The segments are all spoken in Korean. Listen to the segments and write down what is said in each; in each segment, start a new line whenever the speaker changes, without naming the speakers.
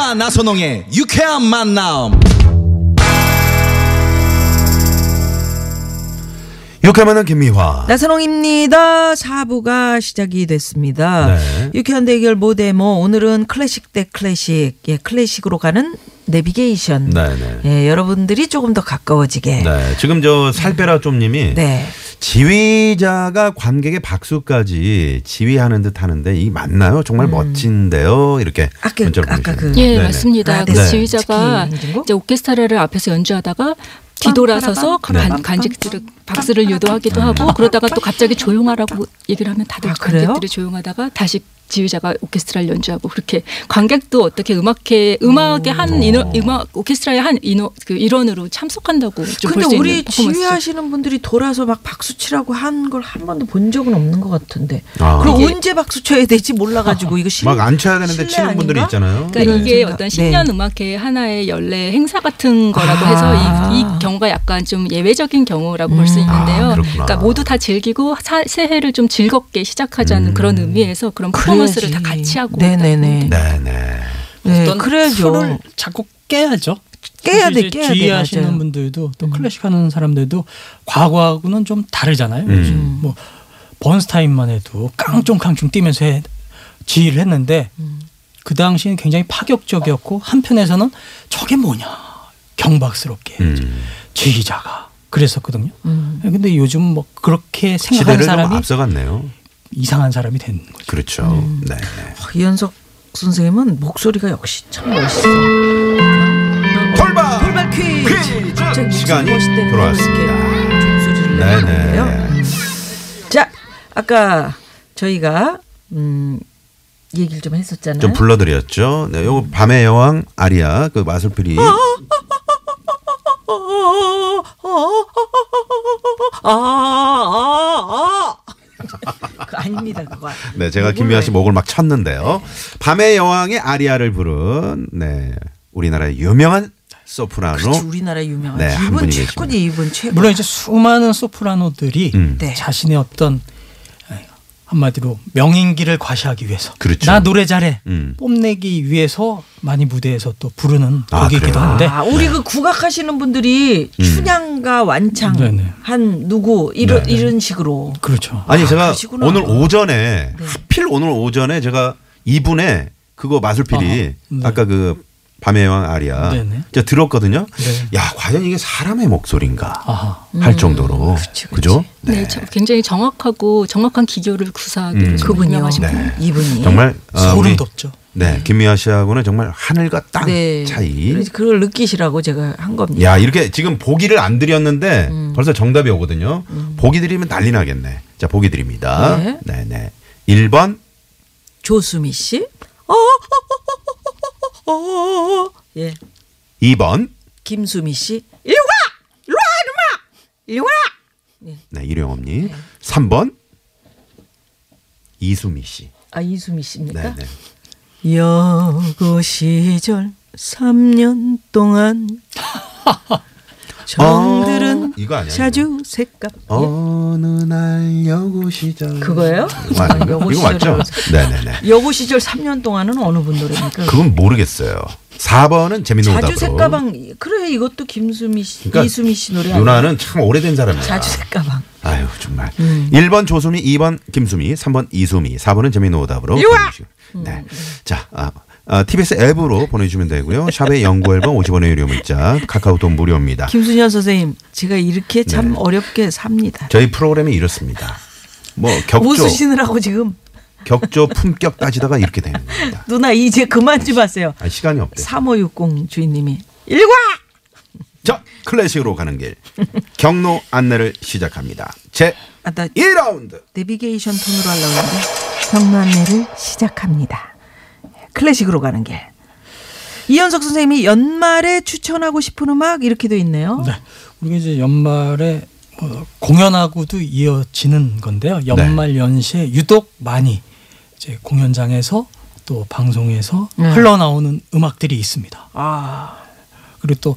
나 나선홍의 유쾌한 만남.
유쾌만한 김미화.
네. 나선홍입니다. 4부가 시작이 됐습니다.
네.
유쾌한 대결 모데모 오늘은 클래식 대 클래식, 예, 클래식으로 가는 내비게이션.
네, 네.
예, 여러분들이 조금 더 가까워지게.
네, 지금 저 살빼라 좀님이
네.
지휘자가 관객의 박수까지 지휘하는 듯 하는데 이 맞나요? 정말 멋진데요. 이렇게
음. 아까 그-
문자를
아까
보내주셨네요.
그-
예,
네네.
맞습니다.
아,
그
네.
지휘자가
치킨 행진곡?
이제 오케스트라를 앞에서 연주하다가 뒤돌아서서
빰, 빠라밤,
관-
빰,
관객들을
빰,
박수를
빰,
유도하기도
빰,
하고
빰,
그러다가
빰,
또 갑자기 조용하라고 얘기를 하면 다들
음. 아, 그래요?
관객들이 조용하다가 다시 지휘자가 오케스트라를 연주하고 그렇게 관객도 어떻게 음악회 음악의 한
어.
인원 음악 오케스트라의 한 인원 그 일원으로 참석한다고 좀 볼 수
근데 우리
있는 퍼포먼스.
지휘하시는 분들이 돌아서 막 박수 치라고 한 걸 한 번도 본 적은 없는 것 같은데.
아.
그럼 언제 박수 쳐야 될지 몰라가지고 이거 실.
막 앉혀야 되는데
실례
치는 분들이
아닌가?
있잖아요.
그러니까
네.
이게
네.
어떤 신년 음악회 하나의 연례 행사 같은 거라고
아.
해서 이, 이 경우가 약간 좀 예외적인 경우라고 볼 수
아,
있는데요.
그렇구나.
그러니까 모두 다 즐기고 사- 새해를 좀 즐겁게 시작하자는 그런 의미에서 그런 퍼포먼스를 다 같이 하고
네네네.
네, 네.
네,
어떤
그래야죠.
술을 자꾸 깨야죠.
깨야
그래서
돼,
이제
깨야 돼,
지휘하시는
맞아요. 음.
분들도 또 클래식 하는 사람들도 과거하고는 좀
음.
다르잖아요. 요즘 뭐 번스타인만 해도 깡총깡총 뛰면서 해- 지휘를 했는데
음.
그 당시는 굉장히 파격적이었고 한편에서는 저게 뭐냐 경박스럽게
음.
지휘자가 그랬었거든요.
음.
근데 요즘 뭐 그렇게 생각하는
시대를 좀
사람이
앞서갔네요.
이상한 사람이 되는 거죠.
그렇죠.
음.
네. 네.
이현석 선생님은 목소리가 역시 참 멋있어.
돌발!
돌발 퀴즈.
퀴즈!
갑자기 무슨
시간이
멋있다는 걸
돌아왔습니다.
이렇게 종소리를
네,
내는
네.
건데요. 자, 아까 저희가 음 얘기를 좀 했었잖아요.
좀 불러드렸죠. 네, 요거 밤의 여왕 아리아 그 마술피리
어, 아, 아, 아. 그거 아닙니다, 그거.
네, 제가 김미아 씨 목을 막 쳤는데요.
네.
밤의 여왕의 아리아를 부른 네 우리나라의 유명한 소프라노.
그렇지, 우리나라 유명한
네, 한
이분
분이
최고지, 이분 최고.
물론 이제 수많은 소프라노들이
음.
네.
자신의 어떤 한마디로 명인기를 과시하기 위해서
그렇죠.
나 노래 잘해
음.
뽐내기 위해서 많이 무대에서 또 부르는
아,
곡이기도
그래요?
한데
아, 우리 그 국악하시는 분들이 춘향과 완창
네네.
한 누구 이런 이런 식으로
그렇죠.
아니
아,
제가
그러시구나. 네.
오늘 오전에 하필 오늘 오전에 제가 이분의 그거 마술피리
어, 네.
아까 그 밤의 여왕 아리아
네, 네.
제가 들었거든요.
네.
야 과연 이게 사람의 목소리인가
아하.
할 정도로
음. 그치, 그치.
그죠?
네, 저- 굉장히 정확하고 정확한 기교를 구사하기로 좀
그분이요.
유명하신 분.
네.
이분이
정말 어,
소름
우리-
돋죠.
네, 김미아 씨하고는 정말 하늘과 땅
네.
차이.
그래서 그걸 느끼시라고 제가 한 겁니다.
야 이렇게 지금 보기를 안 드렸는데
음.
벌써 정답이 오거든요. 보기 드리면 난리 나겠네. 자 보기 드립니다.
네.
네, 네. 1번
조수미 씨. 어, 어, 어, 어, 어. 예.
2번
김수미 씨. 일와일와 이놈아! 일와
네, 일용업님. 3번 이수미 씨.
아, 이수미
네,
씨입니까? 예.
네.
여고 시절 3년 동안 정들은
어, 이거 아니야,
자주 색감
어느 날 여고 시절.
그거예요?
이거 아닌가?
여고
이거 맞죠? 네, 네, 네.
여고 시절 3년 동안은 어느 분 노래입니까?
그건 모르겠어요. 4번은 재밌는 오답으로.
자주 색가방 그래 이것도 김수미 씨,
그러니까
이수미 씨 노래 아니에요?
누나는 참 오래된 사람이야.
자주 색가방
아유 정말. 1번 조수미, 2번 김수미, 3번 이수미, 4번은 재미있는 오답으로 보내주시고. 네. 자, 아, 아, TBS 앱으로 보내주시면 되고요. 샵의 연구 앨범 50원의 유료 문자, 카카오톡 무료입니다.
김순현 선생님 제가 이렇게 참
네.
어렵게 삽니다.
저희 프로그램이 이렇습니다. 뭐 격조,
웃으시느라고 지금
격조 품격 따지다가 이렇게 되는 겁니다.
누나 이제 그만 좀 하세요.
아, 시간이 없대.
3560 주인님이 일과
자, 클래식으로 가는 길. 경로 안내를 시작합니다. 제
아나
1라운드.
내비게이션 톤으로 하려고 했는데 경남매를 시작합니다. 클래식으로 가는 길. 이현석 선생님이 연말에 추천하고 싶은 음악 이렇게 돼 있네요.
네. 우리가 이제 연말에 뭐 공연하고도 이어지는 건데요. 연말 연시에 유독 많이 이제 공연장에서 또 방송에서
네.
흘러나오는 음악들이 있습니다.
아,
그리고 또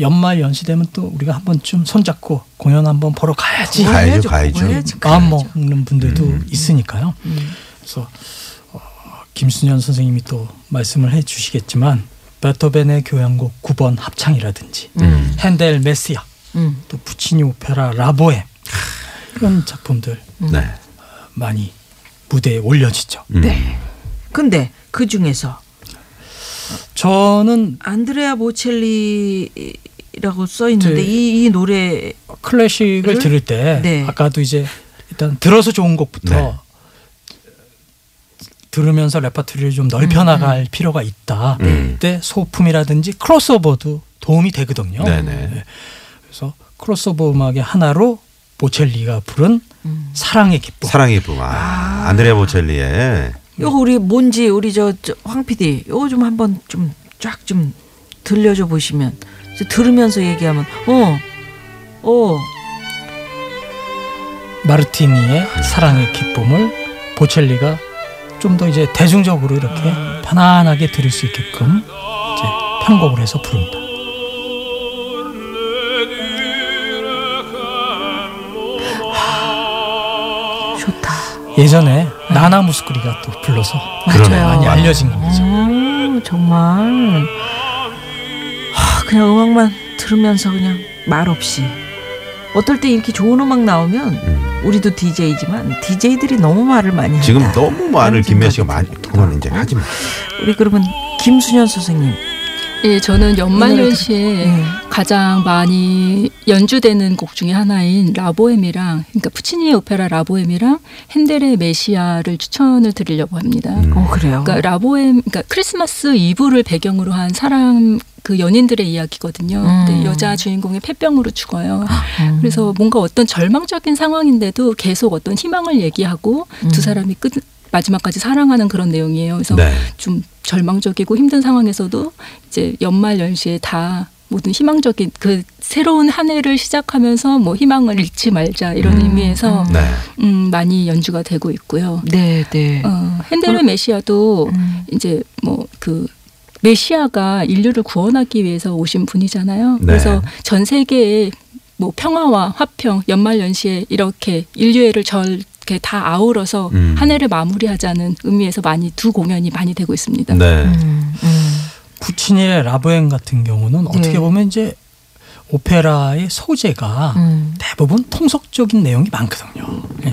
연말 연시 되면 또 우리가 한번 좀 손잡고 공연 한번 보러 가야지
아.
가야죠,
해야죠, 음.
가야죠.
그거 해야죠.
마음 먹는 분들도 있으니까요. 그래서 어, 김순현 선생님이 또 말씀을 해주시겠지만 베토벤의 교향곡 9번 합창이라든지 핸델 메시아
음.
또 부치니 오페라 라보엠 이런 작품들
네.
많이 무대에 올려지죠.
음.
네. 근데 그 중에서
저는
안드레아 보첼리라고 써 있는데
네.
이, 이 노래
클래식을
를?
들을 때
네.
아까도 이제 일단 들어서 좋은 곡부터
네.
들으면서 레퍼토리를 좀 넓혀
음.
나갈 필요가 있다.
음.
그때 소품이라든지 크로스오버도 도움이 되거든요.
음. 네네.
네. 그래서 크로스오버 음악의 하나로 보첼리가 부른
음.
사랑의 기쁨.
사랑의 뿜. 아, 안드레아 보첼리의
요거 우리 뭔지 우리 저황 PD 요거 좀 한번 좀 쫙 좀 들려줘 보시면 이제 들으면서 얘기하면 어 어.
마르티니의
네.
사랑의 기쁨을 보첼리가 좀 더 이제 대중적으로 이렇게 편안하게 들을 수 있게끔 이제 편곡을 해서 부릅니다.
좋다.
예전에 나나 무스쿠리가 또 불러서
그러네요.
많이
맞아요.
알려진 곡이죠.
음, 정말 하, 그냥 음악만 들으면서 그냥 말 없이 어떨 때 이렇게 좋은 음악 나오면 우리도 DJ지만 DJ들이 너무 말을 많이 한다.
지금 너무 말을
그런
김미아 씨가 많이
생각이
그만 이제
들기도
하지 마.
하고. 우리 그러면 김순현 선생님
예, 저는
예.
연말연시에 가장 많이 연주되는 곡 중에 하나인 라보엠이랑 그러니까 푸치니의 오페라 라보엠이랑 핸델의 메시아를 추천을 드리려고 합니다.
어 그래요.
그러니까 라보엠, 그러니까 크리스마스 이브를 배경으로 한 사람 그 연인들의 이야기거든요.
음.
근데 여자 주인공이 폐병으로 죽어요. 그래서 뭔가 어떤 절망적인 상황인데도 계속 어떤 희망을 얘기하고 두 사람이 끝 마지막까지 사랑하는 그런 내용이에요. 그래서
네.
좀 절망적이고 힘든 상황에서도 이제 연말 연시에 다 모든 희망적인 그 새로운 한 해를 시작하면서 뭐 희망을 잃지 말자 이런 의미에서
네.
음, 많이 연주가 되고 있고요.
네, 네.
어, 핸델의 메시아도
음.
이제 뭐 그 메시아가 인류를 구원하기 위해서 오신 분이잖아요.
네.
그래서 전 세계에 뭐 평화와 화평, 연말연시에 이렇게 인류애를 저렇게 다 아우러서
음.
한 해를 마무리하자는 의미에서 많이 두 공연이 많이 되고 있습니다.
네.
음, 음.
부친의 라보엠 같은 경우는
네.
어떻게 보면 이제 오페라의 소재가
음.
대부분 통속적인 내용이 많거든요. 예.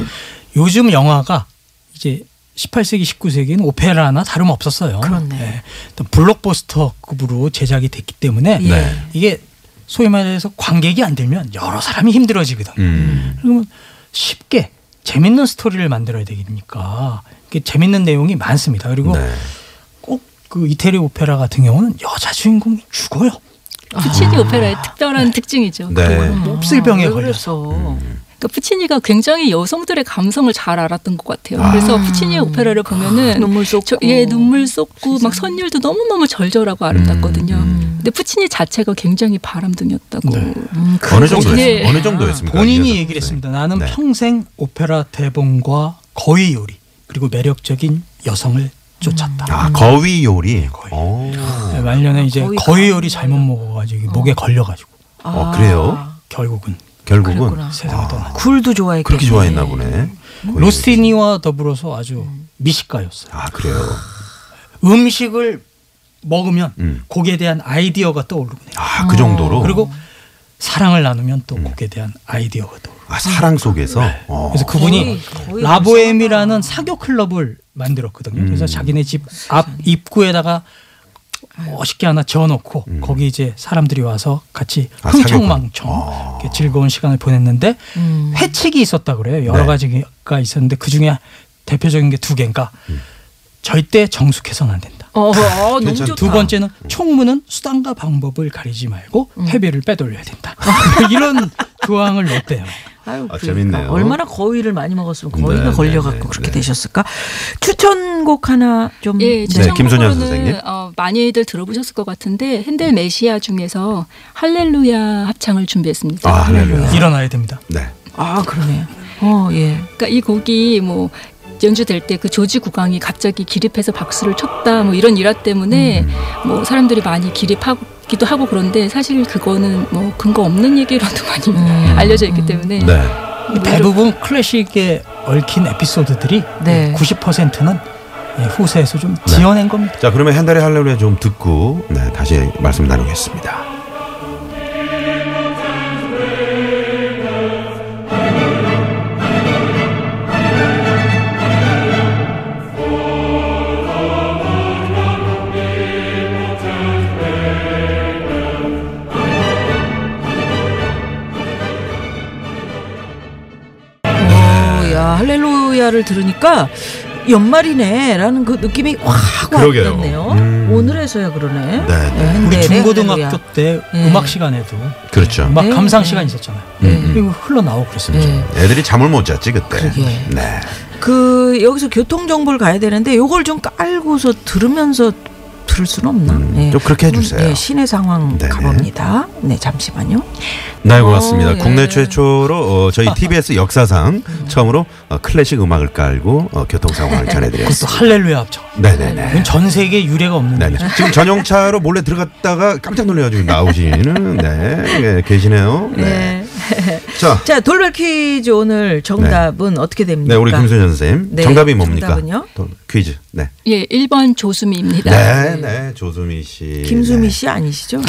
요즘 영화가 이제 18세기, 19세기는 오페라나 다름 없었어요.
그렇네.
블록버스터급으로 제작이 됐기 때문에
예.
네.
이게 소위 말해서 관객이 안 들면 여러 사람이 힘들어지거든요.
음.
그러면 쉽게 재밌는 스토리를 만들어야 되니까 이게 재밌는 내용이 많습니다. 그리고
네.
꼭 그 이태리 오페라 같은 경우는 여자 주인공이 죽어요.
푸치니 그 오페라의 특별한 특징이죠.
아. 네.
몹쓸 병에
아, 왜
걸려서.
그랬어?
음.
그러니까 푸치니가 굉장히 여성들의 감성을 잘 알았던 것 같아요. 그래서 푸치니의 오페라를
아,
보면은
눈물 쏟고.
저, 예, 눈물 쏟고 막 선율도 너무너무
음,
절절하고 아름답거든요. 근데 푸치니 자체가 굉장히 바람둥이었다고.
네.
음, 그-
어느 정도였습니까?
네.
어느 정도였습니까?
본인이
이어서.
얘기를 했습니다. 나는
네.
평생 오페라 대본과 거의 요리 그리고 매력적인 여성을 쫓았다.
아, 거위 요리. 어.
거위.
오.
네, 말년에 이제
거의
거의 요리 잘못 먹어가지고 목에 걸려가지고
어, 그래요?
결국은
결국은
아. 그랬구나.
세상을 떠나.
굴도 좋아했겠네.
그렇게 좋아했나 보네. 거위 요리.
로스티니와 더불어서 아주
음.
미식가였어요.
아, 그래요.
음식을 먹으면
음.
곡에 대한 아이디어가 떠오르고 해요.
아, 음. 그 정도로.
그리고 사랑을 나누면 또 곡에 대한 아이디어가 떠오르고
아, 사랑 속에서. 어.
네. 그래서 그분이
거의, 거의
라보엠이라는 사교 클럽을 만들었거든요.
음.
그래서 자기네 집 앞 입구에다가 멋있게 하나 지어놓고 거기 이제 사람들이 와서 같이
음. 아,
흥청망청
사교권. 아.
이렇게 즐거운 시간을 보냈는데
음.
회칙이 있었다 그래요. 여러
네.
가지가 있었는데 그 중에 대표적인 게 두 개인가.
음.
절대 정숙해서는 안 된다.
어, 어 너무
괜찮다.
좋다.
두 번째는 총무는 수단과 방법을 가리지 말고
음.
회비를 빼돌려야 된다. 이런 조항을 넣대요.
아유,
아,
그러니까
재밌네요.
얼마나 거위를 많이 먹었으면 거위가
네, 네,
걸려갖고
네,
그렇게
네.
되셨을까? 추천곡 하나 좀.
네,
예,
김소년 선생님.
추천곡으로는 어, 많이들 들어보셨을 것 같은데 핸델 메시아 중에서 할렐루야 합창을 준비했습니다.
아, 할렐루야.
일어나야 됩니다.
네.
아 그러네요. 어 예.
그러니까 이 곡이 뭐 연주될 때 그 조지 국왕이 갑자기 기립해서 박수를 쳤다 뭐 이런 일화 때문에
음.
뭐 사람들이 많이 기립하기도 하고 그런데 사실 그거는 뭐 근거 없는 얘기로도 많이 알려져 있기 때문에
음. 네.
뭐 이런-
대부분 클래식에 얽힌 에피소드들이
네.
90%는 예, 후세에서 좀
네.
지어낸 겁니다.
자 그러면 한달의 할렐루야 좀 듣고 네, 다시 말씀 나누겠습니다. 네.
오, 어, 야 할렐루야를 들으니까 연말이네라는 그 느낌이 확
아, 그러게요.
왔네요.
음.
오늘에서야
네,
그러네.
네.
네,
우리
한데레
중고등학교
할렐루야.
때
예.
음악 시간에도
그렇죠.
음악
네.
감상 시간 있었잖아요.
음,
그리고 흘러나오고 그랬습니다.
네.
애들이 잠을 못 잤지 그때.
그러게.
네.
그 여기서 교통 정보를 가야 되는데 요걸 좀 깔고서 들으면서 들을 수는 없나?
음,
네.
좀 그렇게 해주세요.
네, 시내 상황
네네.
가봅니다. 네, 잠시만요.
네,
어,
고맙습니다.
예.
국내 최초로 어, 저희 TBS 역사상 처음으로 어, 클래식 음악을 깔고 어, 교통 상황을
그것도
전해드렸습니다.
할렐루야 합창.
네네네.
이건 전 세계 에 유례가 없는데
네네. 지금 전용차로 몰래 들어갔다가 깜짝 놀래가지고 나오시는 네, 네, 계시네요. 네.
네.
자,
자, 돌발 퀴즈 오늘 정답은 어떻게 됩니까?
네 우리 김소연 선생님
네,
정답이 뭡니까?
정답은요?
또 퀴즈. 네.
예, 1번 조수미입니다.
네, 네, 조수미 씨.
김수미
네.
씨 아니시죠?
네.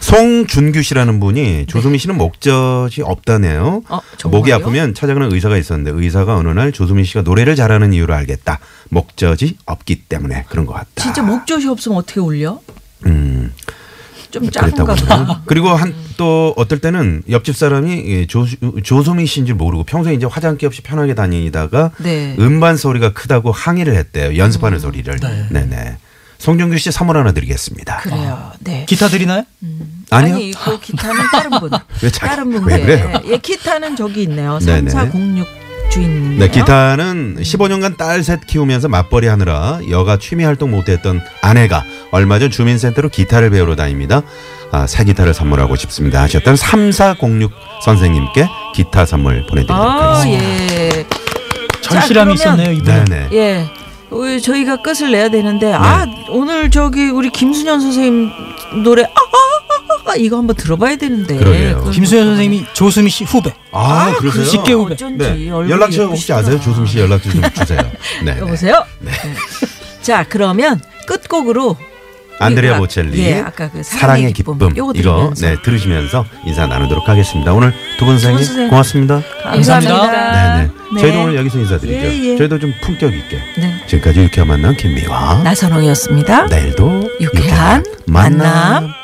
송준규 씨라는 분이 조수미 씨는 목젖이 없다네요.
어, 정말요?
목이 아프면 찾아가는 의사가 있었는데 의사가 어느 날 조수미 씨가 노래를 잘하는 이유를 알겠다. 목젖이 없기 때문에 그런 것 같다.
진짜 목젖이 없으면 어떻게 울려?
음,
좀
그랬다고
작은가 보다.
그러네요. 그리고 한 또 어떨 때는 옆집 사람이 예, 조, 조수미 씨인지 모르고 평소에 이제 화장기 없이 편하게 다니다가
네. 음.
음반 소리가 크다고 항의를 했대요. 연습하는 소리를.
네.
네, 네. 송준규 씨 선물 하나 드리겠습니다.
그래요. 네.
기타 드리나요?
아. 아니요.
아니, 그 기타는 다른 분.
왜 자기-
다른
왜
분께.
그래요?
예, 기타는 저기 있네요.
네네.
3406 주인님.
네, 기타는 15년간 딸 셋 키우면서 맞벌이 하느라 여가 취미 활동 못했던 아내가 얼마 전 주민센터로 기타를 배우러 다닙니다. 아, 새 기타를 선물하고 싶습니다. 하셨던 3406 선생님께 기타 선물 보내드리도록
아,
하겠습니다.
예. 자,
절실함이
그러면-
있었네요 이번에.
네네.
예. 어, 저희가 끝을 내야 되는데 아
네.
오늘 저기 우리 김순현 선생님 노래 아, 아, 아, 아, 이거 한번 들어봐야 되는데
그러게요.
그걸
김수현
못
선생님이 조수미 씨 후배.
아, 그러세요?
쉽게 후-
어쩐지
네.
얼굴이
연락처 혹시
예쁘시더라.
아세요? 조수미 씨 연락처 좀 주세요. 네. 네.
여보세요. 네. 자 그러면 끝곡으로
안드레아
우리가-
보첼리
예, 아까 그
사랑의 기쁨,
요거
이거
들으면서.
네, 들으시면서 인사 나누도록 하겠습니다. 오늘 두 분 선생님
선생님.
고맙습니다.
감사합니다.
네네.
네.
저희도 오늘 여기서 인사드리죠.
예, 예.
저희도 좀 품격 있게.
네.
지금까지 유쾌한 만남 김미화. 네.
나선홍이었습니다.
내일도
유쾌한 만남.